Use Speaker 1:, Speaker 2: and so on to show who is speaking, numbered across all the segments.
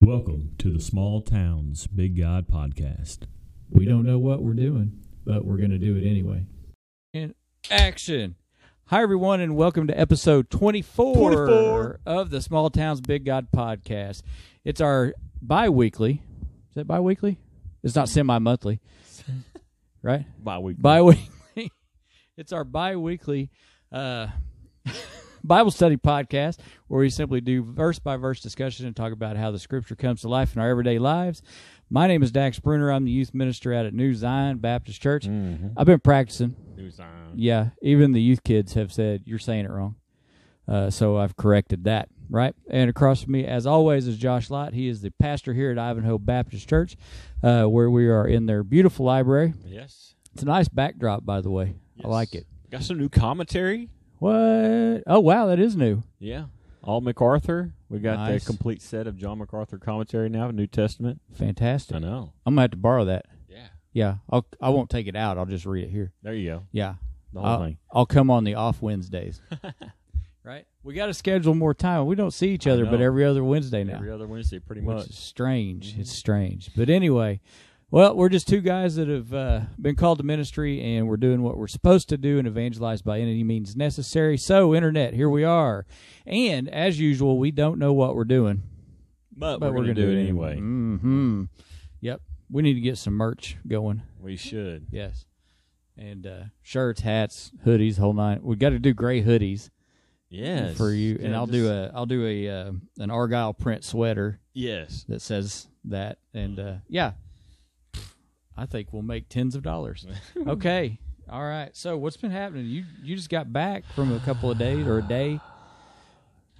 Speaker 1: Welcome to the Small Towns Big God Podcast.
Speaker 2: We don't know what we're doing, but we're going to do it anyway.
Speaker 3: in action. Hi, everyone, and welcome to episode 24, of the Small Towns Big God podcast. It's our bi weekly. Is that bi weekly? It's not semi monthly, right?
Speaker 1: By week.
Speaker 3: Bi weekly. it's our bi weekly uh, Bible study podcast where we simply do verse by verse discussion and talk about how the scripture comes to life in our everyday lives. My name is Dax Bruner. I'm the youth minister out at New Zion Baptist Church. I've been practicing yeah, even the youth kids have said you're saying it wrong. Uh, so I've corrected that, right? And across from me, as always, is Josh Lott. He is the pastor here at Ivanhoe Baptist Church, uh, where we are in their beautiful library.
Speaker 4: Yes.
Speaker 3: It's a nice backdrop, by the way. I like it.
Speaker 4: Got some new commentary.
Speaker 3: What? Oh, wow, that is new.
Speaker 4: Yeah. All MacArthur. We got
Speaker 3: Nice.
Speaker 4: the complete set of John MacArthur commentary now, New Testament.
Speaker 3: Fantastic.
Speaker 4: I know.
Speaker 3: I'm gonna have to borrow that.
Speaker 4: Yeah.
Speaker 3: Yeah, I'll I won't take it out. I'll just read it here.
Speaker 4: There you go.
Speaker 3: Yeah,
Speaker 4: The whole
Speaker 3: I'll,
Speaker 4: thing.
Speaker 3: I'll come on the off Wednesdays. right? We got to schedule more time. We don't see each other, but
Speaker 4: know.
Speaker 3: every other Mm-hmm. Wednesday now.
Speaker 4: Every other Wednesday, pretty much.
Speaker 3: which is strange. It's strange, but anyway, well, we're just two guys that have uh, been called to ministry, and we're doing what we're supposed to do and evangelize by any means necessary. So, internet, here we are, and as usual, we don't know what we're doing,
Speaker 4: But,
Speaker 3: but
Speaker 4: we're, going to do it anyway.
Speaker 3: Hmm. Yep. We need to get some merch going.
Speaker 4: We should.
Speaker 3: Yes. And uh, shirts, hats, hoodies, whole nine. We got to do gray hoodies
Speaker 4: Yes.
Speaker 3: for you, and
Speaker 4: Yeah,
Speaker 3: I'll
Speaker 4: just-
Speaker 3: do a I'll do a uh, an argyle print sweater
Speaker 4: Yes.
Speaker 3: that says that. And uh, yeah, I think we'll make tens of dollars. okay. All right. So what's been happening? You you just got back from a couple of days or a day.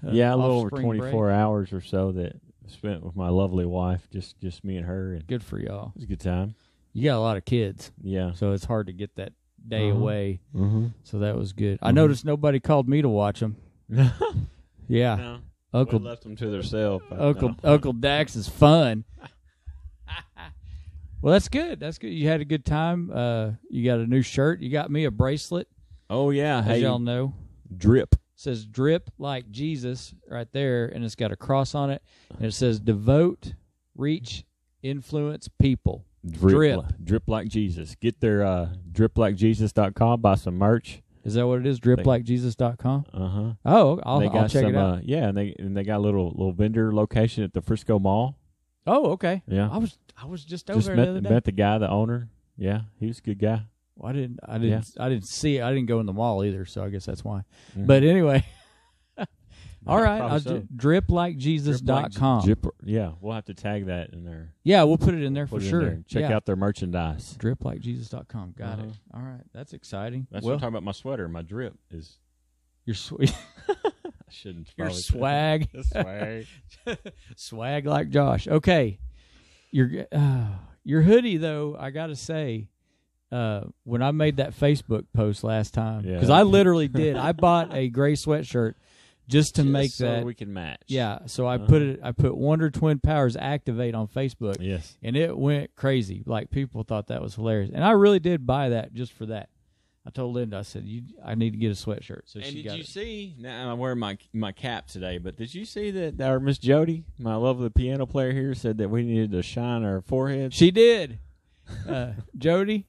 Speaker 3: uh,
Speaker 4: yeah, a
Speaker 3: off
Speaker 4: little over
Speaker 3: spring
Speaker 4: 24
Speaker 3: break.
Speaker 4: hours or so that I spent with my lovely wife, just just me and her. And it
Speaker 3: Good for y'all.
Speaker 4: was a good time.
Speaker 3: You got a lot of kids,
Speaker 4: Yeah.
Speaker 3: so it's hard to get that day
Speaker 4: Uh-huh.
Speaker 3: away.
Speaker 4: Mm-hmm.
Speaker 3: So that was good. I noticed nobody called me to watch them. Yeah,
Speaker 4: no,
Speaker 3: Uncle
Speaker 4: we left them to themselves.
Speaker 3: Uncle Uncle Dax is fun. well, that's good. That's good. You had a good time. Uh, you got a new shirt. You got me a bracelet.
Speaker 4: Oh, yeah.
Speaker 3: As
Speaker 4: Hey,
Speaker 3: y'all know,
Speaker 4: drip.
Speaker 3: says drip like Jesus right there, and it's got a cross on it, and it says devote, reach, influence people.
Speaker 4: Drip,
Speaker 3: Drip.
Speaker 4: li- drip like Jesus. Get their uh, driplikejesus.com. Buy some merch.
Speaker 3: Is that what it is? Driplikejesus.com.
Speaker 4: Uh huh.
Speaker 3: Oh, I'll, I'll check it out.
Speaker 4: Uh, yeah, and they and they got a little little vendor location at the Frisco Mall.
Speaker 3: oh, okay.
Speaker 4: Yeah,
Speaker 3: I was I was just over
Speaker 4: just
Speaker 3: there
Speaker 4: met
Speaker 3: the other day.
Speaker 4: met the guy, the owner. Yeah, he was a good guy.
Speaker 3: Well, I didn't I didn't I didn't see it. I didn't go in the mall either, so I guess that's why. But anyway, all right.
Speaker 4: Mm-hmm. probably
Speaker 3: I'll
Speaker 4: so.
Speaker 3: ju- driplikejesus.com.
Speaker 4: Drip, yeah, we'll have to tag that in there.
Speaker 3: yeah, we'll put it in there
Speaker 4: Put
Speaker 3: for
Speaker 4: it in
Speaker 3: sure.
Speaker 4: there. Check
Speaker 3: yeah.
Speaker 4: out their merchandise.
Speaker 3: driplikejesus.com. Got it. All right, that's exciting.
Speaker 4: That's what
Speaker 3: well,
Speaker 4: I'm talking about. My sweater, my drip is.
Speaker 3: your sw-
Speaker 4: I shouldn't.
Speaker 3: your
Speaker 4: probably say-
Speaker 3: swag,
Speaker 4: The swag.
Speaker 3: swag like Josh. Okay, your uh, your hoodie though. I gotta say, uh, when I made that Facebook post last time,
Speaker 4: Yeah.
Speaker 3: because I literally did. I bought a gray sweatshirt just to make
Speaker 4: so
Speaker 3: that.
Speaker 4: we can match.
Speaker 3: yeah, so I
Speaker 4: Uh-huh.
Speaker 3: put it. I put Wonder Twin Powers activate on Facebook,
Speaker 4: Yes.
Speaker 3: and it went crazy. Like people thought that was hilarious, and I really did buy that just for that. I told Linda, I said, "You, I need to get a sweatshirt." So
Speaker 4: And
Speaker 3: she
Speaker 4: did
Speaker 3: got
Speaker 4: you
Speaker 3: it.
Speaker 4: see? Now I'm wearing my my cap today, but did you see that our Miss Jody, my lovely piano player here, said that we needed to shine our foreheads?
Speaker 3: She did. Uh, Jody,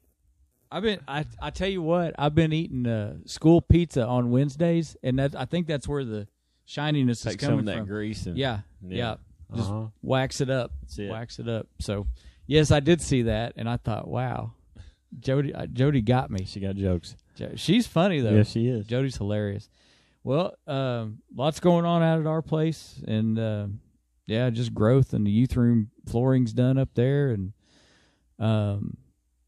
Speaker 3: I've been. I I tell you what, I've been eating uh, school pizza on Wednesdays, and that I think that's where the shininess
Speaker 4: Take
Speaker 3: is
Speaker 4: some
Speaker 3: coming
Speaker 4: of that
Speaker 3: from.
Speaker 4: grease and
Speaker 3: Yeah, yeah,
Speaker 4: Yeah.
Speaker 3: Just
Speaker 4: Uh-huh.
Speaker 3: wax it up.
Speaker 4: That's it.
Speaker 3: Wax it up. So, yes, I did see that, and I thought, wow, Jody, uh, Jody got me.
Speaker 4: She got jokes.
Speaker 3: Jo- She's funny though.
Speaker 4: Yes, she is.
Speaker 3: Jody's hilarious. Well, um, lots going on out at our place, and um yeah, just growth and the youth room flooring's done up there, and um,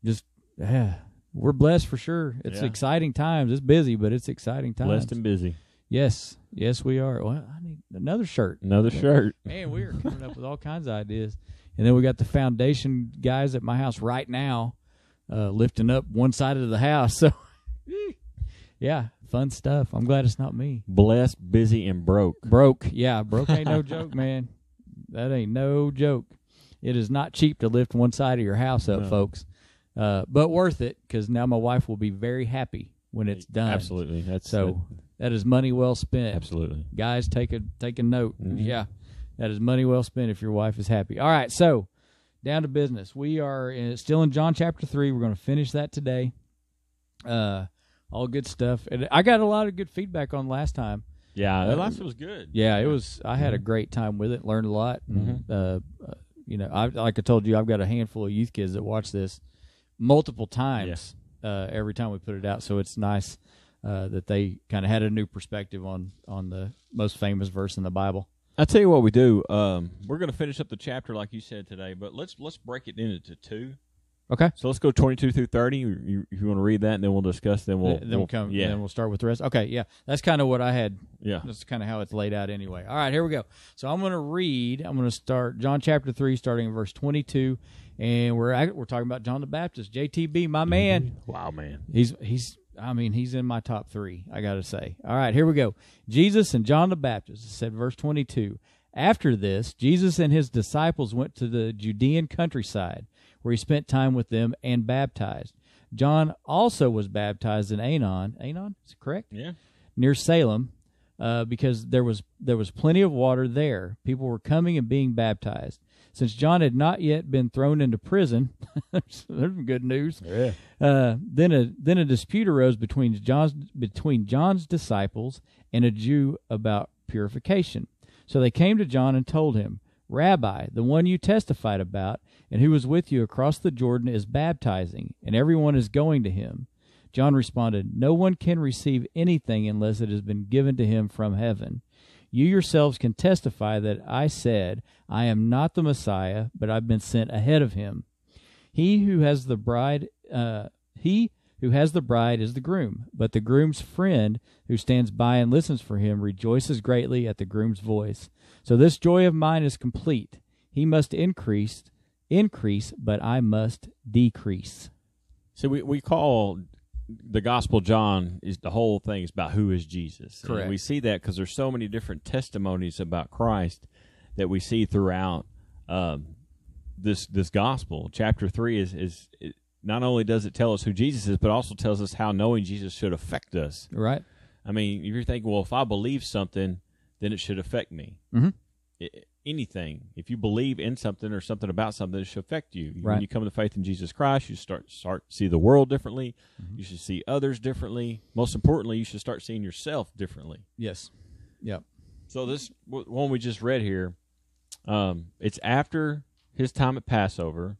Speaker 3: just yeah, we're blessed for sure. It's
Speaker 4: Yeah.
Speaker 3: exciting times. It's busy, but it's exciting times.
Speaker 4: Blessed and busy.
Speaker 3: yes, yes, we are. Well, I need another shirt.
Speaker 4: Another shirt.
Speaker 3: Man, we are coming up with all kinds of ideas, and then we got the foundation guys at my house right now, uh, lifting up one side of the house. So, yeah, fun stuff. I'm glad it's not me.
Speaker 4: Blessed, busy, and broke.
Speaker 3: Broke. Yeah, broke ain't no joke, man. That ain't no joke. It is not cheap to lift one side of your house up,
Speaker 4: No.
Speaker 3: folks, uh, but worth it because now my wife will be very happy when it's done.
Speaker 4: Absolutely. That's
Speaker 3: So that is money well spent.
Speaker 4: Absolutely.
Speaker 3: Guys, take a take a note.
Speaker 4: Mhm.
Speaker 3: Yeah, That is money well spent if your wife is happy. All right, so down to business. We are in, still in John chapter three. We're going to finish that today. Uh, all good stuff. And I got a lot of good feedback on last time.
Speaker 4: Yeah, that last was good.
Speaker 3: Yeah, Mm-hmm. it was. I had a great time with it. Learned a lot. and, Uh, uh, you know, I like I told you, I've got a handful of youth kids that watch this multiple times uh, every time we put it out. So it's nice uh, that they kind of had a new perspective on on the most famous verse in the Bible.
Speaker 4: I tell you what we do. Um, we're going to finish up the chapter like you said today, but let's let's break it into two.
Speaker 3: Okay.
Speaker 4: So let's go twenty-two through thirty. You, you- if you want to read that, and then we'll discuss. Then we'll
Speaker 3: then we'll come.
Speaker 4: Yeah,
Speaker 3: Then we'll start with the rest. Okay. Yeah, that's kind of what I had
Speaker 4: yeah.
Speaker 3: That's kind of how it's laid out anyway. All right, here we go. So I'm going to read. I'm going to start John chapter 3, starting in verse 22. And we're at, we're talking about John the Baptist. JTB, my man.
Speaker 4: Wow, man.
Speaker 3: He's he's I mean, he's in my top three, I gotta say. All right, here we go. Jesus and John the Baptist. It said verse twenty two. After this, Jesus and his disciples went to the Judean countryside, where he spent time with them and baptized. John also was baptized in Anon. Anon, is it correct?
Speaker 4: Yeah.
Speaker 3: near Salem, uh, because there was there was plenty of water there. People were coming and being baptized. Since John had not yet been thrown into prison, there's some good news.
Speaker 4: Yeah.
Speaker 3: Uh, then a then a dispute arose between John's between John's disciples and a Jew about purification. So they came to John and told him, "Rabbi, the one you testified about and who was with you across the Jordan is baptizing, and everyone is going to him." John responded, "No one can receive anything unless it has been given to him from heaven." You yourselves can testify that I said, I am not the Messiah, but I've been sent ahead of him. He who has the bride, uh, he who has the bride is the groom, but the groom's friend who stands by and listens for him rejoices greatly at the groom's voice. So this joy of mine is complete. He must increase, increase, but I must decrease.
Speaker 4: So we, we call the Gospel John is the whole thing is about who is Jesus. And
Speaker 3: Correct.
Speaker 4: we see that because there's so many different testimonies about Christ that we see throughout um, this this Gospel. Chapter three is is it, not only does it tell us who Jesus is, but also tells us how knowing Jesus should affect us.
Speaker 3: Right?
Speaker 4: I mean, if you're thinking, well, if I believe something, then it should affect me.
Speaker 3: Mhm.
Speaker 4: I- anything. If you believe in something or something about something, it should affect you.
Speaker 3: Right.
Speaker 4: When you come to faith in Jesus Christ, you start start to see the world differently. You should see others differently. Most importantly, you should start seeing yourself differently.
Speaker 3: Yes. Yep.
Speaker 4: So this w- one we just read here, um, it's after his time at Passover.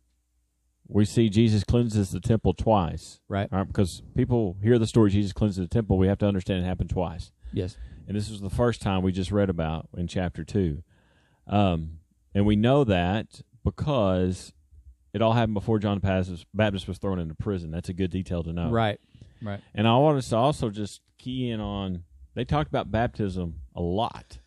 Speaker 4: We see Jesus cleanses the temple twice,
Speaker 3: Right.
Speaker 4: All right, because people hear the story Jesus cleanses the temple. We have to understand it happened twice
Speaker 3: Yes.
Speaker 4: and this was the first time we just read about in chapter two. Um, and we know that because it all happened before John the Baptist- Baptist was thrown into prison. That's a good detail to know.
Speaker 3: Right. Right.
Speaker 4: And I want us to also just key in on they talked about baptism a lot.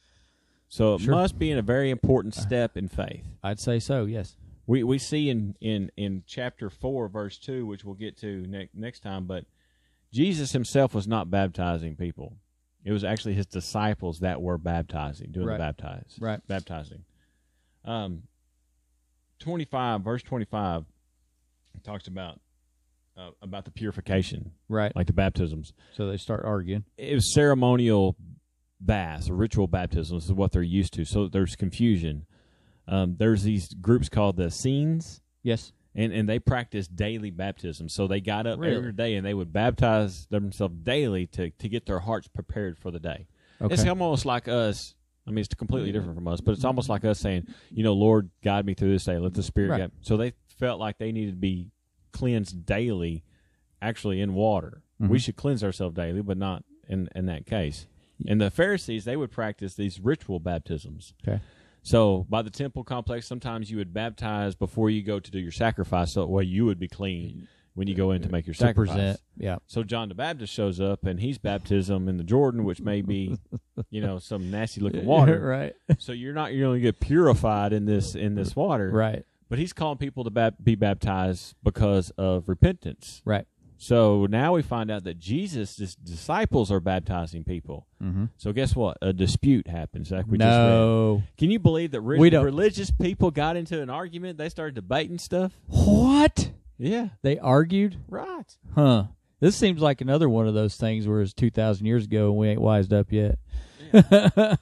Speaker 4: So it
Speaker 3: Sure. Uh,
Speaker 4: must be in a very important step in faith.
Speaker 3: I'd say so. Yes.
Speaker 4: We we see in in in chapter 4 verse 2 which we'll get to ne- next time but Jesus himself was not baptizing people. It was actually his disciples that were baptizing, doing
Speaker 3: Right.
Speaker 4: the baptize.
Speaker 3: Right.
Speaker 4: Baptizing. Um 25 verse 25 talks about uh, about the purification,
Speaker 3: Right.
Speaker 4: like the baptisms.
Speaker 3: So they start arguing.
Speaker 4: It was ceremonial baths, or ritual baptisms is what they're used to. So there's confusion. Um, there's these groups called the Essenes
Speaker 3: Yes.
Speaker 4: and and they practiced daily baptism. So they got up
Speaker 3: Really?
Speaker 4: every day and they would baptize themselves daily to to get their hearts prepared for the
Speaker 3: Okay.
Speaker 4: day.
Speaker 3: Mm-hmm.
Speaker 4: It's almost like us. I mean, it's completely different from us, but it's almost like us saying, you know, Lord, guide me through this day. Let the Spirit
Speaker 3: Right.
Speaker 4: guide. So they felt like they needed to be cleansed daily, actually in water.
Speaker 3: Mm-hmm.
Speaker 4: We should cleanse ourselves daily, but not in in that case. And the Pharisees, they would practice these ritual baptisms.
Speaker 3: Okay.
Speaker 4: So by the temple complex, sometimes you would baptize before you go to do your sacrifice, so that way you would be clean when you go in to make your
Speaker 3: To
Speaker 4: sacrifice.
Speaker 3: present. Yeah.
Speaker 4: So John the Baptist shows up, and he's baptism in the Jordan, which may be, you know, some nasty looking water.
Speaker 3: right.
Speaker 4: So you're not you're going to get purified in this in this water,
Speaker 3: Right.
Speaker 4: But he's calling people to bap- be baptized because of repentance.
Speaker 3: Right.
Speaker 4: So now we find out that Jesus' dis- disciples are baptizing people. Mm-hmm. So guess what? A dispute happens, like we just read.
Speaker 3: no.
Speaker 4: Can you believe that re-
Speaker 3: We don't-
Speaker 4: religious people got into an argument? They started debating stuff.
Speaker 3: What?
Speaker 4: Yeah,
Speaker 3: They argued?
Speaker 4: right.
Speaker 3: Huh. This seems like another one of those things where it's 2,000 years ago and we ain't wised up yet.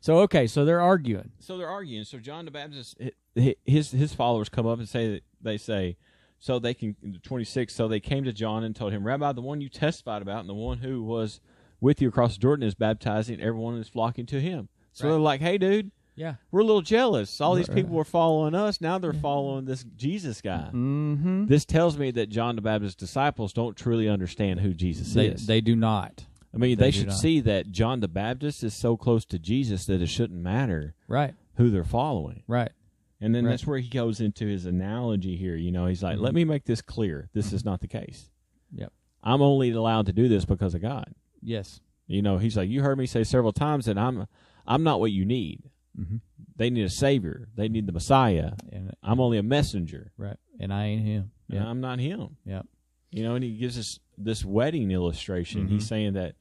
Speaker 3: so okay, so they're arguing.
Speaker 4: so they're arguing. So John the Baptist, hi- his his followers come up and say that they say, so they can twenty six. So they came to John and told him, Rabbi, the one you testified about and the one who was with you across Jordan is baptizing, everyone is flocking to him. So
Speaker 3: Right.
Speaker 4: they're like, hey, dude,
Speaker 3: Yeah.
Speaker 4: we're a little jealous. All these
Speaker 3: Right.
Speaker 4: people were following us. Now they're following this Jesus guy.
Speaker 3: Mm-hmm.
Speaker 4: This tells me that John the Baptist's disciples don't truly understand who Jesus
Speaker 3: They
Speaker 4: is.
Speaker 3: they do not.
Speaker 4: I mean,
Speaker 3: they
Speaker 4: they,
Speaker 3: do
Speaker 4: should
Speaker 3: not.
Speaker 4: see that John the Baptist is so close to Jesus that it shouldn't matter
Speaker 3: Right.
Speaker 4: who they're following.
Speaker 3: Right.
Speaker 4: And then
Speaker 3: Right. Mm-hmm.
Speaker 4: that's where he goes into his analogy here. You know, he's like, let me make this clear. This is not the case.
Speaker 3: Yep.
Speaker 4: I'm only allowed to do this because of God.
Speaker 3: Yes.
Speaker 4: You know, he's like, you heard me say several times that I'm, I'm not what you need.
Speaker 3: Mhm.
Speaker 4: They need a savior. They need the Messiah.
Speaker 3: And
Speaker 4: I'm only a messenger.
Speaker 3: right. And I ain't him.
Speaker 4: And I'm not him.
Speaker 3: Yep.
Speaker 4: You know, and he gives us this wedding illustration.
Speaker 3: Mhm.
Speaker 4: He's saying that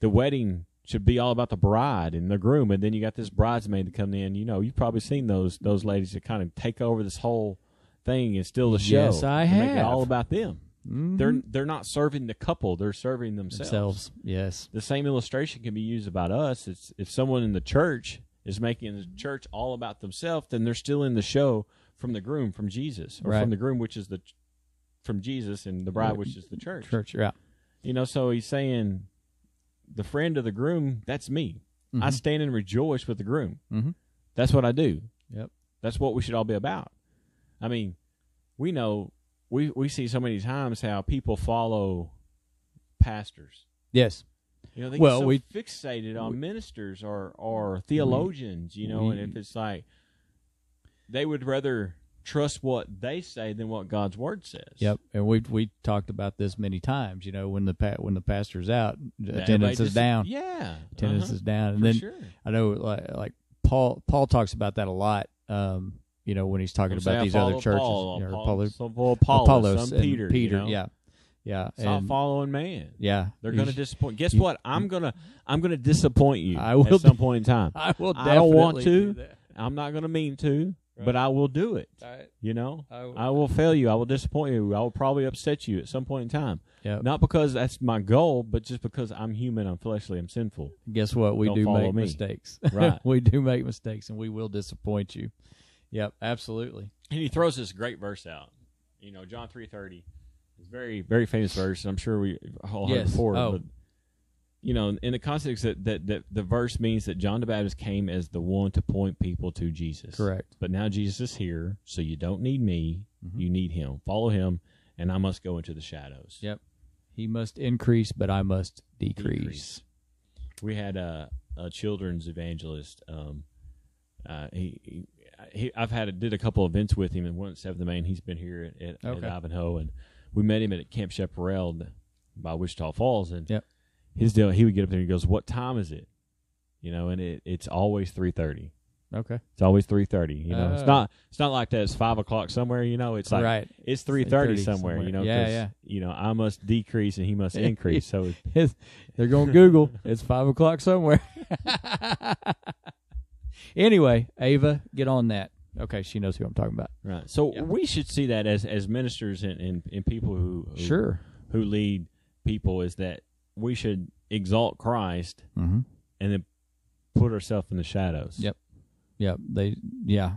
Speaker 4: the wedding should be all about the bride and the groom, and then you got this bridesmaid to come in. You know, you've probably seen those those ladies that kind of take over this whole thing and steal the show.
Speaker 3: Yes, I
Speaker 4: and Make it
Speaker 3: have.
Speaker 4: all about them.
Speaker 3: Mhm.
Speaker 4: They're they're not serving the couple; they're serving themselves.
Speaker 3: themselves. Yes.
Speaker 4: The same illustration can be used about us. It's if someone in the church is making the church all about themselves, then they're still in the show from the groom, from Jesus, or
Speaker 3: Right.
Speaker 4: from the groom, which is the from Jesus, and the bride, which is the church.
Speaker 3: Church. Yeah.
Speaker 4: You know, so he's saying, the friend of the groom, that's me. I
Speaker 3: Mhm.
Speaker 4: stand and rejoice with the groom.
Speaker 3: Mhm.
Speaker 4: That's what I do.
Speaker 3: Yep.
Speaker 4: That's what we should all be about. I mean, we know we we see so many times how people follow pastors.
Speaker 3: Yes.
Speaker 4: You know, they
Speaker 3: Well,
Speaker 4: get so
Speaker 3: we- Mm-hmm.
Speaker 4: fixated on ministers or or theologians. you know,
Speaker 3: we-
Speaker 4: and if it's like they would rather trust what they say than what God's word says.
Speaker 3: Yep. And we we talked about this many times. You know, when the pa- when the pastor's out,
Speaker 4: That
Speaker 3: attendance
Speaker 4: everybody
Speaker 3: is
Speaker 4: dis-
Speaker 3: down.
Speaker 4: Yeah,
Speaker 3: Attendance
Speaker 4: uh-huh,
Speaker 3: is down, and
Speaker 4: for
Speaker 3: then
Speaker 4: sure.
Speaker 3: I know like like Paul Paul talks about that a lot. Um, you know when he's talking
Speaker 4: Say,
Speaker 3: about
Speaker 4: I
Speaker 3: these other
Speaker 4: follow
Speaker 3: churches,
Speaker 4: Paul,
Speaker 3: you know,
Speaker 4: Paul-
Speaker 3: Apollo-
Speaker 4: some Paul- Apollos,
Speaker 3: Apollos
Speaker 4: some
Speaker 3: and
Speaker 4: Peter, you
Speaker 3: Peter,
Speaker 4: know?
Speaker 3: yeah, yeah,
Speaker 4: Stop
Speaker 3: and-
Speaker 4: following man.
Speaker 3: yeah.
Speaker 4: They're
Speaker 3: You
Speaker 4: going to
Speaker 3: sh-
Speaker 4: disappoint. Guess
Speaker 3: you-
Speaker 4: what? I'm gonna I'm gonna disappoint you
Speaker 3: I will
Speaker 4: at some point in time.
Speaker 3: I will.
Speaker 4: I don't want
Speaker 3: definitely
Speaker 4: to.
Speaker 3: do that.
Speaker 4: I'm not gonna mean to,
Speaker 3: Right.
Speaker 4: but I will do it.
Speaker 3: I-
Speaker 4: You know,
Speaker 3: I will-
Speaker 4: I will fail you. I will disappoint you. I will probably upset you at some point in time.
Speaker 3: Yep.
Speaker 4: Not because that's my goal, but just because I'm human, I'm fleshly, I'm sinful.
Speaker 3: Guess what? We
Speaker 4: Don't
Speaker 3: do
Speaker 4: follow
Speaker 3: make
Speaker 4: me.
Speaker 3: mistakes.
Speaker 4: Right.
Speaker 3: we do make mistakes, and we will disappoint you. Yep. Absolutely.
Speaker 4: and he throws this great verse out. You know, John three thirty, it's very very famous verse. and I'm sure we all heard
Speaker 3: Yes.
Speaker 4: before.
Speaker 3: Oh.
Speaker 4: But you know, in the context that, that that the verse means that John the Baptist came as the one to point people to Jesus.
Speaker 3: Correct.
Speaker 4: But now Jesus is here, so you don't need me.
Speaker 3: Mhm.
Speaker 4: You need him. Follow him, and I must go into the shadows.
Speaker 3: Yep. He must increase, but I must decrease.
Speaker 4: Decrease. We had a, a children's evangelist. Um, uh, he, he, he, I've had a, did a couple events with him, and one at Seventh of Maine. He's been here at, at,
Speaker 3: Okay.
Speaker 4: at Ivanhoe, and we met him at Camp Chaparral by Wichita Falls. And
Speaker 3: Yep.
Speaker 4: his deal, he would get up there and he goes, "What time is it?" You know, and it, it's always three thirty.
Speaker 3: Okay.
Speaker 4: It's always three thirty. You know,
Speaker 3: Oh.
Speaker 4: it's not it's not like that. It's five o'clock somewhere. You know, it's like
Speaker 3: right.
Speaker 4: it's three
Speaker 3: 3:30
Speaker 4: thirty somewhere,
Speaker 3: somewhere.
Speaker 4: You know,
Speaker 3: Yeah,
Speaker 4: 'cause,
Speaker 3: yeah.
Speaker 4: You know, I must decrease and he must increase. So
Speaker 3: They're going to Google. It's five o'clock somewhere. anyway, Ava, get on that. Okay, she knows who I'm talking about.
Speaker 4: Right. So
Speaker 3: Yeah.
Speaker 4: we should see that as as ministers and, and, and people who, who who lead people is that we should exalt Christ
Speaker 3: Mm-hmm.
Speaker 4: and then put ourselves in the shadows.
Speaker 3: Yep. Yeah. They. Yeah.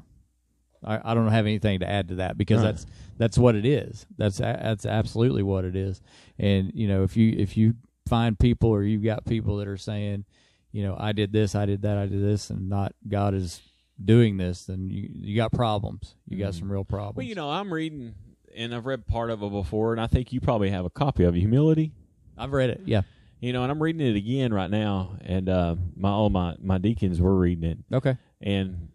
Speaker 3: I, I don't have anything to add to that because
Speaker 4: Huh.
Speaker 3: that's that's what it is. That's a- that's absolutely what it is. And you know, if you if you find people or you've got people that are saying, you know, I did this, I did that, I did this, and not God is doing this, then you you got problems. You got some real problems.
Speaker 4: Mm-hmm. Well, you know, I'm reading and I've read part of it before, and I think you probably have a copy of it, Humility.
Speaker 3: I've read it. Yeah.
Speaker 4: You know, and I'm reading it again right now, and uh, my all my my deacons were reading it,
Speaker 3: Okay.
Speaker 4: and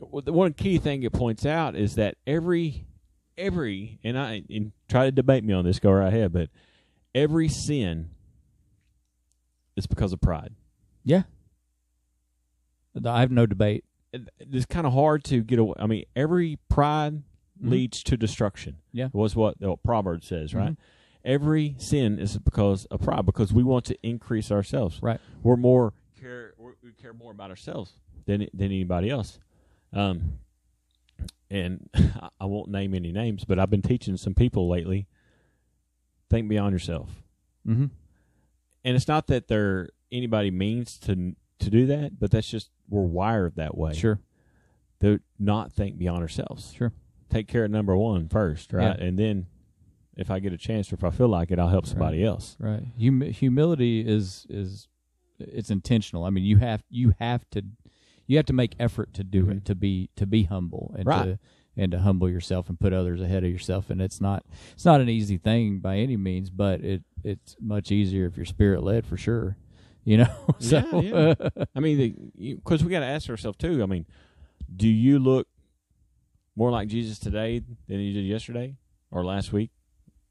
Speaker 4: w- the one key thing it points out is that every every and I and try to debate me on this go right ahead but every sin is because of pride
Speaker 3: Yeah. I have no debate.
Speaker 4: It- it's kind of hard to get away I mean every pride leads to destruction
Speaker 3: Mm-hmm. Yeah. Mm-hmm.
Speaker 4: was what the proverb says right every sin is because of pride because we want to increase ourselves
Speaker 3: Right.
Speaker 4: we're more care we're, we care more about ourselves than than anybody else um and I- i won't name any names but i've been teaching some people lately think beyond yourself
Speaker 3: Mm-hmm.
Speaker 4: and it's not that they're anybody means to to do that, but that's just we're wired that way.
Speaker 3: Sure.
Speaker 4: To not think beyond ourselves.
Speaker 3: Sure.
Speaker 4: Take care of number one first, right?
Speaker 3: Yeah.
Speaker 4: And then if I get a chance or if I feel like it, I'll help somebody else.
Speaker 3: Right. Hum- humility is is it's intentional. I mean, you have you have to you have to make effort to do it to be to be humble and
Speaker 4: Mm-hmm. Right.
Speaker 3: to and to humble yourself and put others ahead of yourself. And it's not it's not an easy thing by any means, but it it's much easier if you're spirit led for sure. You know. so
Speaker 4: yeah, yeah. I mean, because we got to ask ourselves too. I mean, do you look more like Jesus today than you did yesterday, or last week,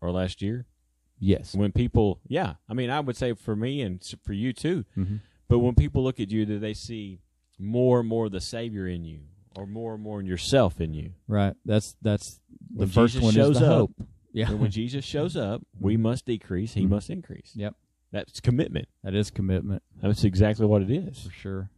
Speaker 4: or last year?
Speaker 3: yes.
Speaker 4: When people, yeah, I mean, I would say for me and s- for you too.
Speaker 3: Mhm.
Speaker 4: But when people look at you, do they see more and more of the Savior in you, or more and more in yourself in you?
Speaker 3: Right. That's that's the
Speaker 4: When
Speaker 3: first
Speaker 4: Jesus
Speaker 3: one
Speaker 4: shows
Speaker 3: is the
Speaker 4: up,
Speaker 3: hope. Yeah.
Speaker 4: And when Jesus shows up, we must decrease; He
Speaker 3: Mhm.
Speaker 4: must increase.
Speaker 3: Yep.
Speaker 4: That's commitment.
Speaker 3: That is commitment
Speaker 4: That's exactly what it is.
Speaker 3: for sure.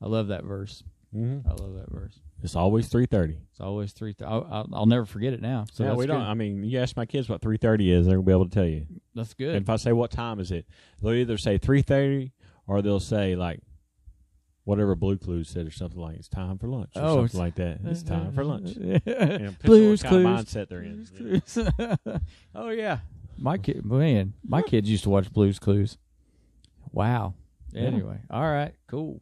Speaker 3: I love that verse.
Speaker 4: Mm-hmm.
Speaker 3: I love that verse.
Speaker 4: It's always three thirty.
Speaker 3: It's always three. Th- I'll, I'll, I'll never forget it now. So
Speaker 4: yeah,
Speaker 3: that's
Speaker 4: we don't.
Speaker 3: Good.
Speaker 4: I mean, you ask my kids what three thirty is, they're gonna be able to tell you.
Speaker 3: That's
Speaker 4: And
Speaker 3: good.
Speaker 4: if I say what time is it, they'll either say three thirty or they'll say like whatever Blue Clues said or something like it's time for lunch or
Speaker 3: Oh,
Speaker 4: something
Speaker 3: it's-
Speaker 4: like that. It's time for lunch. And it depends on
Speaker 3: Blues
Speaker 4: what kind
Speaker 3: Clues.
Speaker 4: of mindset they're in.
Speaker 3: oh yeah, my kid, man, my kids used to watch Blues Clues. Wow. Anyway, all right, cool.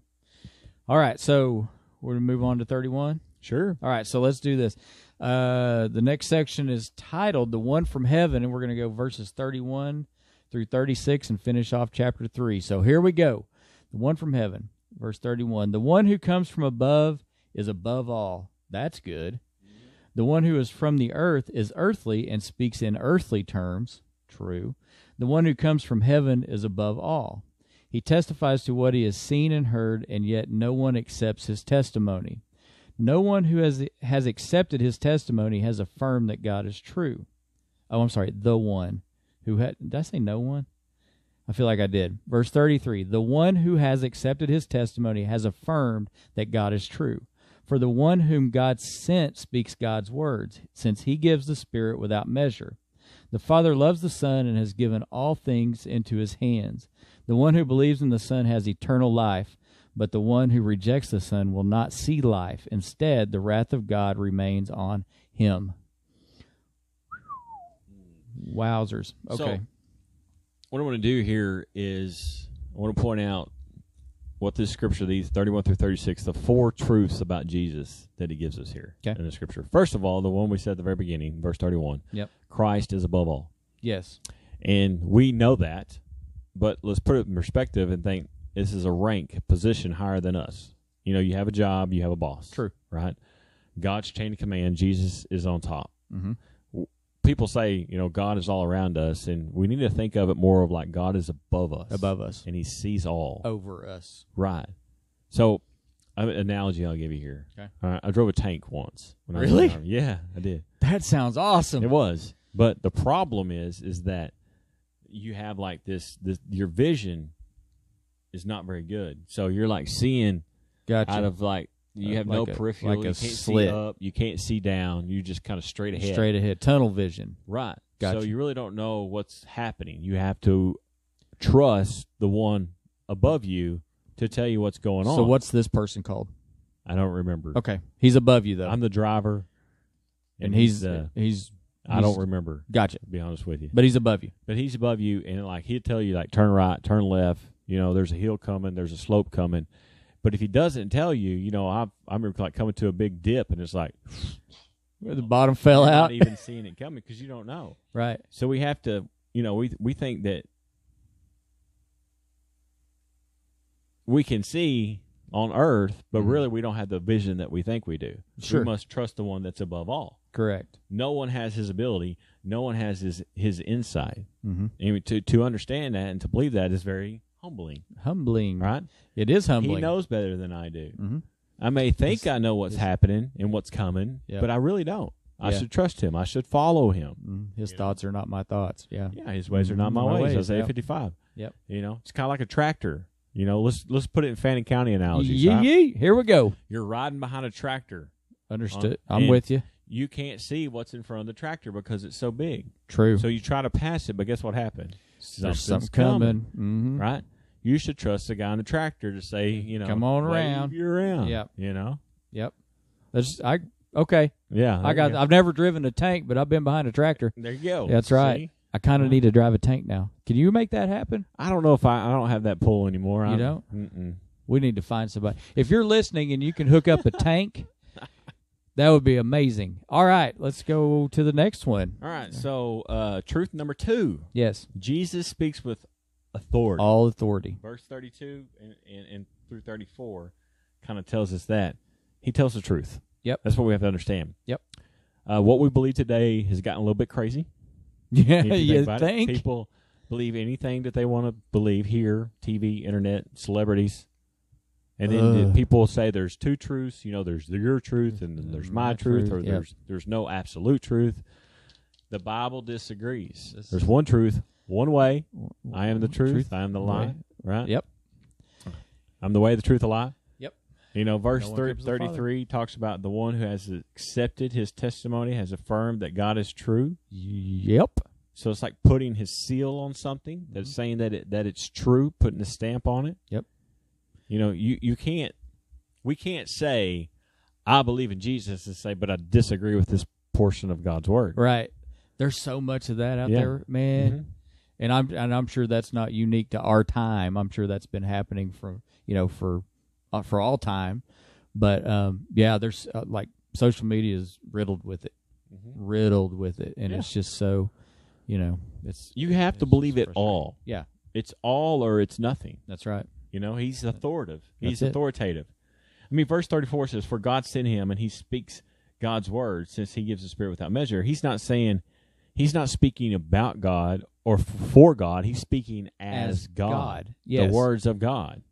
Speaker 3: All right, so we're gonna move on to thirty-one.
Speaker 4: Sure.
Speaker 3: All right, so let's do this. Uh, the next section is titled "The One from Heaven," and we're going to go verses thirty-one through thirty-six and finish off chapter three. So here we go. The one from heaven, verse thirty-one. The one who comes from above is above all. That's good. The one who is from the earth is earthly and speaks in earthly terms. True. The one who comes from heaven is above all. He testifies to what he has seen and heard, and yet no one accepts his testimony. No one who has has accepted his testimony has affirmed that God is true. Oh, I'm sorry, the one who had did I say no one? I feel like I did. Verse 33 The one who has accepted his testimony has affirmed that God is true. For the one whom God sent speaks God's words, since he gives the Spirit without measure. The Father loves the Son and has given all things into his hands. The one who believes in the Son has eternal life, but the one who rejects the Son will not see life. Instead, the wrath of God remains on him. Wowzers.
Speaker 4: So,
Speaker 3: Okay.
Speaker 4: What I want to do here is I want to point out what this scripture, these 31 through 36, the four truths about Jesus that he gives us here
Speaker 3: Okay.
Speaker 4: in the scripture. First of all, the one we said at the very beginning, verse 31.
Speaker 3: Yep.
Speaker 4: Christ is above all.
Speaker 3: yes.
Speaker 4: And we know that, but let's put it in perspective and think this is a rank position higher than us. You know, you have a job, you have a boss.
Speaker 3: True.
Speaker 4: Right? God's chain of command, Jesus is on top.
Speaker 3: Mm-hmm.
Speaker 4: People say, you know, God is all around us, and we need to think of it more of like God is above us.
Speaker 3: Above us.
Speaker 4: And he sees all.
Speaker 3: Over us.
Speaker 4: Right. So, I have an analogy I'll give you here.
Speaker 3: Okay.
Speaker 4: All right, I drove a tank once. When I was
Speaker 3: Really?
Speaker 4: in the Army. yeah, I did.
Speaker 3: That sounds awesome.
Speaker 4: It was, but the problem is, is that you have like this, this your vision is not very good. So you're like seeing
Speaker 3: Gotcha.
Speaker 4: out of like you
Speaker 3: Uh,
Speaker 4: have
Speaker 3: like
Speaker 4: no
Speaker 3: a-
Speaker 4: peripheral,
Speaker 3: like a
Speaker 4: you can't
Speaker 3: slit.
Speaker 4: see up, you can't see down, you just kind of straight ahead,
Speaker 3: Straight ahead. Tunnel vision.
Speaker 4: right. So
Speaker 3: Gotcha.
Speaker 4: you really don't know what's happening. You have to trust the one above you to tell you what's going on.
Speaker 3: So what's this person called?
Speaker 4: I don't remember.
Speaker 3: Okay. He's above you though.
Speaker 4: I'm the driver,
Speaker 3: and he's
Speaker 4: uh,
Speaker 3: he's
Speaker 4: I don't
Speaker 3: he's-
Speaker 4: remember.
Speaker 3: gotcha.
Speaker 4: To be honest with you,
Speaker 3: But he's above you.
Speaker 4: but he's above you, and like he'll tell you, like turn right, turn left. You know, there's a hill coming, there's a slope coming. But if he doesn't tell you, you know, I I remember like coming to a big dip, and it's like
Speaker 3: Where the bottom fell
Speaker 4: you're
Speaker 3: out.
Speaker 4: not even seeing it coming because you don't know.
Speaker 3: right.
Speaker 4: So we have to, you know, we we think that we can see on Earth, but
Speaker 3: Mhm.
Speaker 4: really we don't have the vision that we think we do.
Speaker 3: Sure.
Speaker 4: We must trust the one that's above all.
Speaker 3: Correct.
Speaker 4: no one has his ability no one has his his insight
Speaker 3: Mm-hmm.
Speaker 4: and to to understand that and to believe that is very humbling
Speaker 3: Humbling.
Speaker 4: right
Speaker 3: It is humbling.
Speaker 4: he knows better than i do
Speaker 3: hmm
Speaker 4: i may think
Speaker 3: This-
Speaker 4: i know what's
Speaker 3: this-
Speaker 4: happening and what's coming
Speaker 3: Yeah.
Speaker 4: but i really don't i
Speaker 3: Yeah.
Speaker 4: should trust him i should follow him
Speaker 3: His
Speaker 4: You know.
Speaker 3: thoughts are not my thoughts. Yeah.
Speaker 4: yeah his ways are not
Speaker 3: Mhm.
Speaker 4: my,
Speaker 3: My
Speaker 4: ways,
Speaker 3: ways,
Speaker 4: isaiah
Speaker 3: yep.
Speaker 4: 55
Speaker 3: Yep.
Speaker 4: you know it's kind of like a tractor you know let's let's put it in fannin county analogies
Speaker 3: Yee,
Speaker 4: right?
Speaker 3: yee. Here we go.
Speaker 4: you're riding behind a tractor
Speaker 3: Understood.
Speaker 4: Uh,
Speaker 3: I'm
Speaker 4: and-
Speaker 3: with you.
Speaker 4: you can't see what's in front of the tractor because it's so big
Speaker 3: True.
Speaker 4: so you try to pass it but guess what happened
Speaker 3: There's something coming. Mm-hmm.
Speaker 4: right? you should trust the guy in the tractor to say, you know,
Speaker 3: Come on
Speaker 4: "Wave
Speaker 3: around."
Speaker 4: you around.
Speaker 3: Yep.
Speaker 4: You know.
Speaker 3: Yep. That's I okay.
Speaker 4: Yeah.
Speaker 3: I
Speaker 4: there
Speaker 3: got
Speaker 4: you
Speaker 3: I've never driven a tank, but I've been behind a tractor.
Speaker 4: There you go.
Speaker 3: That's right.
Speaker 4: See?
Speaker 3: I kind of need to drive a tank now. Can you make that happen?
Speaker 4: I don't know if I. I don't have that pull anymore.
Speaker 3: You
Speaker 4: I
Speaker 3: don't?
Speaker 4: Mm-mm.
Speaker 3: We need to find somebody. If you're listening and you can hook up a tank, that would be amazing. All right, let's go to the next one.
Speaker 4: All right. So, uh, truth number two:
Speaker 3: Yes.
Speaker 4: Jesus speaks with authority.
Speaker 3: All authority.
Speaker 4: Verse thirty-two and, and, and through thirty-four kind of tells us that he tells the truth.
Speaker 3: Yep.
Speaker 4: That's what we have to understand.
Speaker 3: Yep.
Speaker 4: Uh, what we believe today has gotten a little bit crazy.
Speaker 3: Yeah,
Speaker 4: If you
Speaker 3: you
Speaker 4: about it,
Speaker 3: think?
Speaker 4: people believe anything that they want to believe here, TV, internet, celebrities. And then the
Speaker 3: Ugh.
Speaker 4: people say there's two truths. You know, there's the- your truth and then there's my,
Speaker 3: Mm, My
Speaker 4: truth,
Speaker 3: truth,
Speaker 4: or
Speaker 3: yep.
Speaker 4: there's there's no absolute truth. The Bible disagrees.
Speaker 3: This
Speaker 4: there's
Speaker 3: is-
Speaker 4: one truth, one way. I am the truth.
Speaker 3: Truth,
Speaker 4: I am the
Speaker 3: way.
Speaker 4: lie. Right.
Speaker 3: Yep.
Speaker 4: I'm the way, the truth, the lie.
Speaker 3: Yep.
Speaker 4: You know, verse
Speaker 3: No one
Speaker 4: thir-
Speaker 3: comes to the Father.
Speaker 4: 33 talks about the one who has accepted his testimony has affirmed that God is true.
Speaker 3: Yep.
Speaker 4: So it's like putting his seal on something that's saying that it, that it's true, putting a stamp on it.
Speaker 3: Mm-hmm. Yep.
Speaker 4: You know, you you can't we can't say I believe in Jesus and say, but I disagree with this portion of God's word.
Speaker 3: Right. There's so much of that out
Speaker 4: Yeah.
Speaker 3: there, man.
Speaker 4: Mhm.
Speaker 3: And I'm and I'm sure that's not unique to our time. I'm sure that's been happening from you know for uh, for all time. But um, yeah, there's uh, like social media is riddled with it,
Speaker 4: Mhm.
Speaker 3: riddled with it, and it's just so, you know, it's
Speaker 4: You have to
Speaker 3: It's
Speaker 4: believe
Speaker 3: just
Speaker 4: it all.
Speaker 3: yeah,
Speaker 4: It's all or it's nothing.
Speaker 3: that's right.
Speaker 4: You know, he's authoritative. He's
Speaker 3: That's it.
Speaker 4: authoritative. I mean, verse 34 says, For God sent him and he speaks God's word since he gives the Spirit without measure. He's not saying, he's not speaking about God or f- for God. He's speaking as,
Speaker 3: As
Speaker 4: God.
Speaker 3: God. Yes.
Speaker 4: The words of God.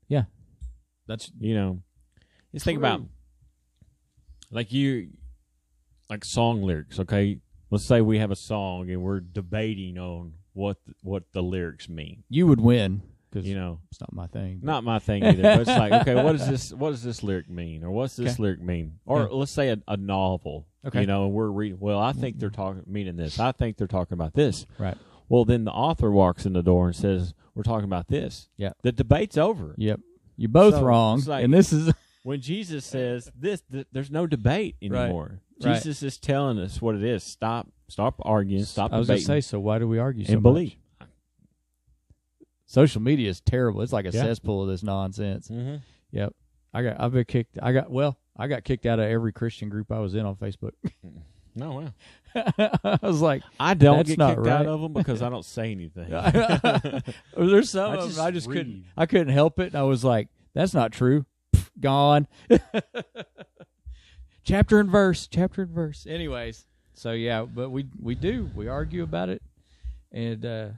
Speaker 3: That's
Speaker 4: You know, just think about like you, like song lyrics, okay? Let's say we have a song and we're debating on what what the lyrics mean.
Speaker 3: you would win because
Speaker 4: You know,
Speaker 3: it's not my thing.
Speaker 4: not my thing either. But it's like, okay, what does this? What does this lyric mean? Or what's this
Speaker 3: Okay.
Speaker 4: lyric mean? Or
Speaker 3: Yeah.
Speaker 4: let's say a, a novel.
Speaker 3: Okay.
Speaker 4: You know, and we're reading. Well, I think they're talking meaning this. I think they're talking about this.
Speaker 3: Right.
Speaker 4: Well, then the author walks in the door and says, "We're talking about this."
Speaker 3: Yeah.
Speaker 4: The debate's over.
Speaker 3: Yep, you're both
Speaker 4: So,
Speaker 3: wrong,
Speaker 4: it's like-
Speaker 3: and this is
Speaker 4: When Jesus says this, th- there's no debate
Speaker 3: Right.
Speaker 4: anymore.
Speaker 3: Right.
Speaker 4: Jesus is telling us what it is. Stop. Stop arguing. Stop
Speaker 3: I was gonna
Speaker 4: debating.
Speaker 3: say, so why do we argue so
Speaker 4: and believe.
Speaker 3: much? Social media is terrible. It's like a
Speaker 4: Yeah.
Speaker 3: cesspool of this nonsense.
Speaker 4: Mm-hmm.
Speaker 3: Yep. I got I've been kicked I got well, I got kicked out of every Christian group I was in on Facebook.
Speaker 4: No, wow.
Speaker 3: I was like
Speaker 4: I don't
Speaker 3: That's
Speaker 4: get
Speaker 3: not
Speaker 4: kicked out
Speaker 3: right.
Speaker 4: of them because I don't say anything.
Speaker 3: there's some
Speaker 4: I
Speaker 3: of 'em, I
Speaker 4: just
Speaker 3: just, couldn't
Speaker 4: read.
Speaker 3: I couldn't help it and I was like, that's not true. Pff, Gone. chapter and verse, chapter and verse. Anyways, so yeah, but we we do. We argue about it. And uh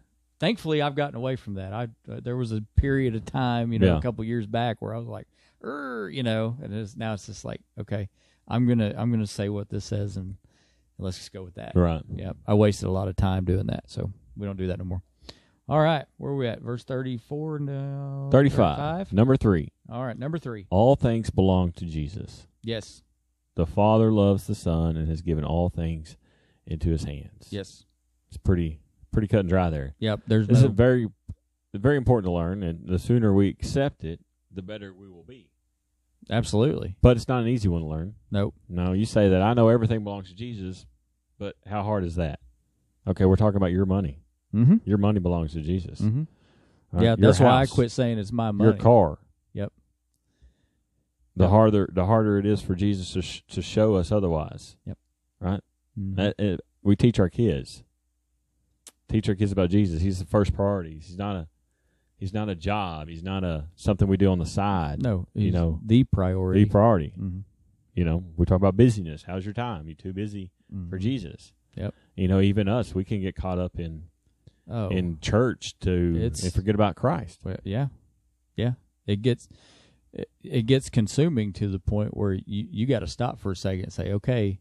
Speaker 3: thankfully I've gotten away from that. I uh, there was a period of time, you know,
Speaker 4: Yeah.
Speaker 3: a couple years back where I was like, "Er," you know, and it's, now it's just like, okay, I'm going to I'm going to say what this says and let's just go with that.
Speaker 4: right.
Speaker 3: Yeah, I wasted a lot of time doing that, so we don't do that no more. All right, where are we at? Verse 34 now.
Speaker 4: 35.
Speaker 3: 35?
Speaker 4: Number three.
Speaker 3: All right, number three.
Speaker 4: All things belong to Jesus.
Speaker 3: Yes,
Speaker 4: The Father loves the Son and has given all things into his hands.
Speaker 3: yes.
Speaker 4: It's pretty pretty cut and dry there.
Speaker 3: Yep, there's
Speaker 4: This
Speaker 3: no,
Speaker 4: is very very important to learn and the sooner we accept it, the better we will be.
Speaker 3: absolutely.
Speaker 4: But it's not an easy one to learn.
Speaker 3: Nope.
Speaker 4: No, you say that I know everything belongs to Jesus, but how hard is that? Okay, we're talking about your money.
Speaker 3: Mm-hmm.
Speaker 4: Your money belongs to Jesus.
Speaker 3: hmm
Speaker 4: All right,
Speaker 3: Yeah,
Speaker 4: your
Speaker 3: that's why I
Speaker 4: house.
Speaker 3: quit saying it's my money.
Speaker 4: your car.
Speaker 3: Yep.
Speaker 4: The
Speaker 3: Yep.
Speaker 4: harder the harder it is for Jesus to sh- to show us otherwise.
Speaker 3: Yep.
Speaker 4: Right.
Speaker 3: Mhm.
Speaker 4: That- it- Uh, we teach our kids. Teach our kids about Jesus. He's the first priority. He's not a. He's not a job. He's not a something we do on the side.
Speaker 3: No,
Speaker 4: you
Speaker 3: he's
Speaker 4: know,
Speaker 3: the priority.
Speaker 4: The priority.
Speaker 3: Mhm.
Speaker 4: You know, we talk about busyness. How's your time? You too busy
Speaker 3: Mhm.
Speaker 4: for Jesus.
Speaker 3: Yep.
Speaker 4: You know, even us, we can get caught up in
Speaker 3: Oh,
Speaker 4: in church to
Speaker 3: It's-
Speaker 4: and forget about Christ.
Speaker 3: Well, yeah, yeah. It gets it, it gets consuming to the point where you you got to stop for a second and say, okay,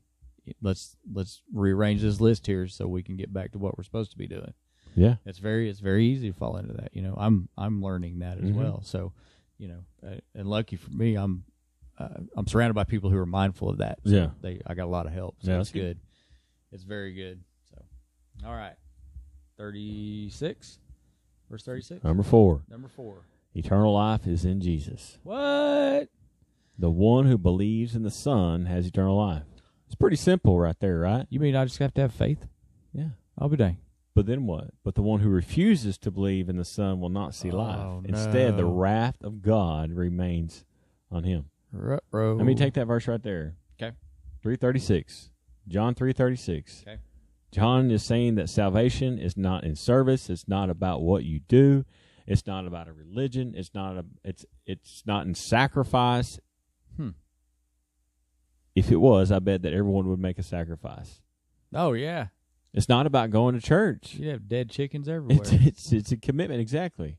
Speaker 3: let's let's rearrange this list here so we can get back to what we're supposed to be doing.
Speaker 4: Yeah.
Speaker 3: It's very it's very easy to fall into that. You know, I'm I'm learning that as
Speaker 4: Mhm.
Speaker 3: well. So, you know, uh, and lucky for me, I'm uh, I'm surrounded by people who are mindful of that. So
Speaker 4: Yeah.
Speaker 3: they I got a lot of help. So
Speaker 4: Yeah,
Speaker 3: it's
Speaker 4: that's good.
Speaker 3: good. It's very good. So, all right, thirty six, verse thirty six,
Speaker 4: Number four.
Speaker 3: number four.
Speaker 4: Eternal life is in Jesus.
Speaker 3: What?
Speaker 4: The one who believes in the Son has eternal life. It's pretty simple right there, right?
Speaker 3: You mean I just have to have faith?
Speaker 4: Yeah.
Speaker 3: I'll be dang.
Speaker 4: But then what? But the one who refuses to believe in the Son will not see
Speaker 3: Oh,
Speaker 4: life.
Speaker 3: no.
Speaker 4: Instead, the wrath of God remains on him.
Speaker 3: Ruh-roh.
Speaker 4: Let me take that verse right there.
Speaker 3: 'Kay.
Speaker 4: 336. John 336.
Speaker 3: 'Kay.
Speaker 4: John is saying that salvation is not in service, it's not about what you do, it's not about a religion, it's not a it's it's not in sacrifice.
Speaker 3: Hmm.
Speaker 4: If it was, I bet that everyone would make a sacrifice.
Speaker 3: Oh yeah,
Speaker 4: It's not about going to church.
Speaker 3: you'd have dead chickens everywhere.
Speaker 4: It's, it's it's a commitment exactly.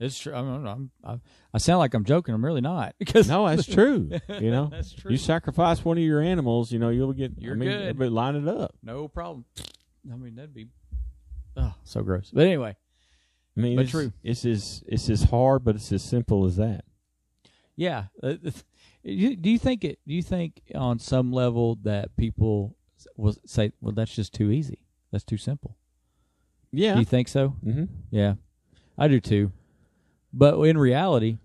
Speaker 3: It's true. I, mean, I'm, I, I sound like I'm joking. I'm really not. Because
Speaker 4: No, that's true. You know,
Speaker 3: that's true.
Speaker 4: you sacrifice one of your animals, you know, you'll get.
Speaker 3: You're
Speaker 4: I mean,
Speaker 3: good.
Speaker 4: But line it up.
Speaker 3: no problem. I mean, that'd be oh, so gross. But anyway,
Speaker 4: I mean,
Speaker 3: But
Speaker 4: it's,
Speaker 3: true.
Speaker 4: It's as it's as hard, but it's as simple as that.
Speaker 3: yeah. Uh, it's- you- Do you think it? Do you think on some level that people will say, "Well, that's just too easy. That's too simple." Do
Speaker 4: Yeah.
Speaker 3: you think so?
Speaker 4: Mm-hmm.
Speaker 3: Yeah, I do too. But in reality,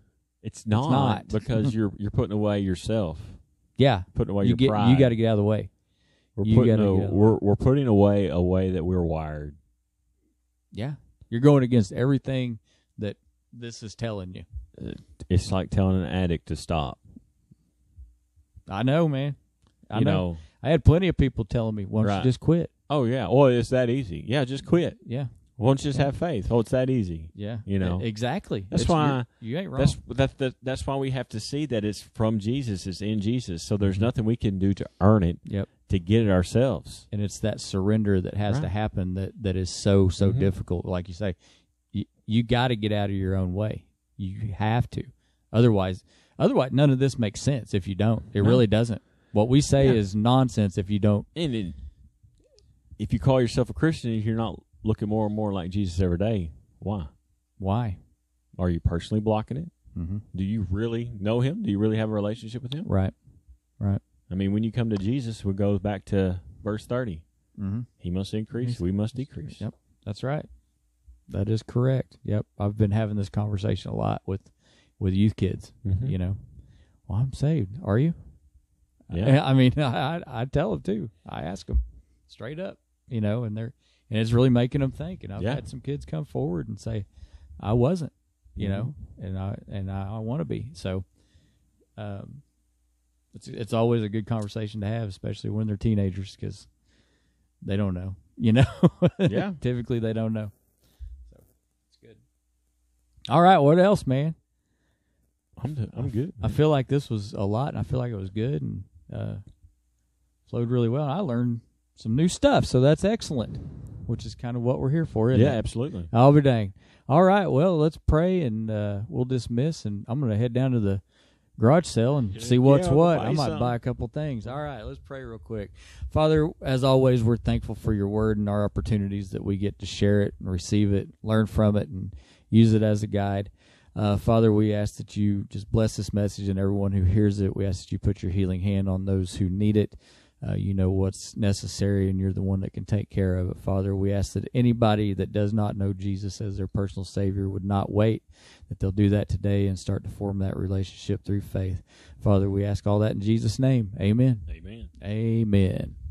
Speaker 4: It's not,
Speaker 3: not.
Speaker 4: because you're you're putting away yourself,
Speaker 3: yeah,
Speaker 4: putting away
Speaker 3: you
Speaker 4: your
Speaker 3: get
Speaker 4: pride.
Speaker 3: you got to get out of the way.
Speaker 4: We're
Speaker 3: you
Speaker 4: putting
Speaker 3: gotta
Speaker 4: a-
Speaker 3: get out.
Speaker 4: we're we're putting away a way that we're wired.
Speaker 3: Yeah, you're going against everything that this is telling you.
Speaker 4: It's like telling an addict to stop.
Speaker 3: I know, man. I
Speaker 4: you
Speaker 3: know. I had plenty of people telling me, "Why don't
Speaker 4: Right.
Speaker 3: you just quit?"
Speaker 4: Oh yeah. Well, it's that easy. Yeah. Just quit.
Speaker 3: Yeah,
Speaker 4: Why don't you just have faith? Oh, it's that easy.
Speaker 3: yeah.
Speaker 4: You know.
Speaker 3: E- exactly.
Speaker 4: That's
Speaker 3: It's-
Speaker 4: why-
Speaker 3: you're- you ain't wrong.
Speaker 4: That's that, that that's why we have to see that it's from Jesus, it's in Jesus. So there's nothing we can do to earn it,
Speaker 3: Mm-hmm. Yep.
Speaker 4: to get it ourselves.
Speaker 3: and it's that surrender that has to
Speaker 4: Right.
Speaker 3: happen that that is so so
Speaker 4: Mhm.
Speaker 3: difficult. Like you say, you, you got to get out of your own way. You have to, otherwise, otherwise none of this makes sense. If you don't, it
Speaker 4: No.
Speaker 3: really doesn't. What we say
Speaker 4: Yeah.
Speaker 3: is nonsense if you don't.
Speaker 4: And it, if you call yourself a Christian, if you're not looking more and more like Jesus every day, why?
Speaker 3: Why?
Speaker 4: Are you personally blocking it?
Speaker 3: Mm-hmm.
Speaker 4: Do you really know him? Do you really have a relationship with him?
Speaker 3: Right.
Speaker 4: I mean, when you come to Jesus, we go back to verse 30.
Speaker 3: Mm-hmm.
Speaker 4: He must increase, we must decrease.
Speaker 3: Yep, that's right. That is correct. Yep, I've been having this conversation a lot with with youth kids.
Speaker 4: Mhm.
Speaker 3: You know, well, I'm saved. Are you?
Speaker 4: Yeah.
Speaker 3: I, I mean, I, I I tell them too. I ask them straight up. You know, and they're and it's really making them think. And I've
Speaker 4: Yeah.
Speaker 3: had some kids come forward and say, "I wasn't," you
Speaker 4: Mhm.
Speaker 3: know, and I and I, I want to be. So, um, it's it's always a good conversation to have, especially when they're teenagers, because they don't know. You know,
Speaker 4: Yeah.
Speaker 3: typically they don't know. So it's good. All right, what else, man?
Speaker 4: I'm, do- I'm good.
Speaker 3: I feel like this was a lot, and I feel like it was good and uh, flowed really well. I learned some new stuff, so that's excellent, which is kind of what we're here for, isn't
Speaker 4: yeah,
Speaker 3: it?
Speaker 4: absolutely.
Speaker 3: I'll be dang. All right, well, let's pray and uh, we'll dismiss, and I'm going to head down to the garage sale and see what's
Speaker 4: Yeah, I'll
Speaker 3: what.
Speaker 4: buy
Speaker 3: I
Speaker 4: you
Speaker 3: might
Speaker 4: something.
Speaker 3: buy a couple things. All right, let's pray real quick. Father, as always, we're thankful for your word and our opportunities that we get to share it and receive it, learn from it, and use it as a guide. Uh, Father, we ask that you just bless this message and everyone who hears it. We ask that you put your healing hand on those who need it. Uh, you know what's necessary, and you're the one that can take care of it, Father. We ask that anybody that does not know Jesus as their personal Savior would not wait, that they'll do that today and start to form that relationship through faith. Father, we ask all that in Jesus' name. Amen.
Speaker 4: Amen.
Speaker 3: Amen.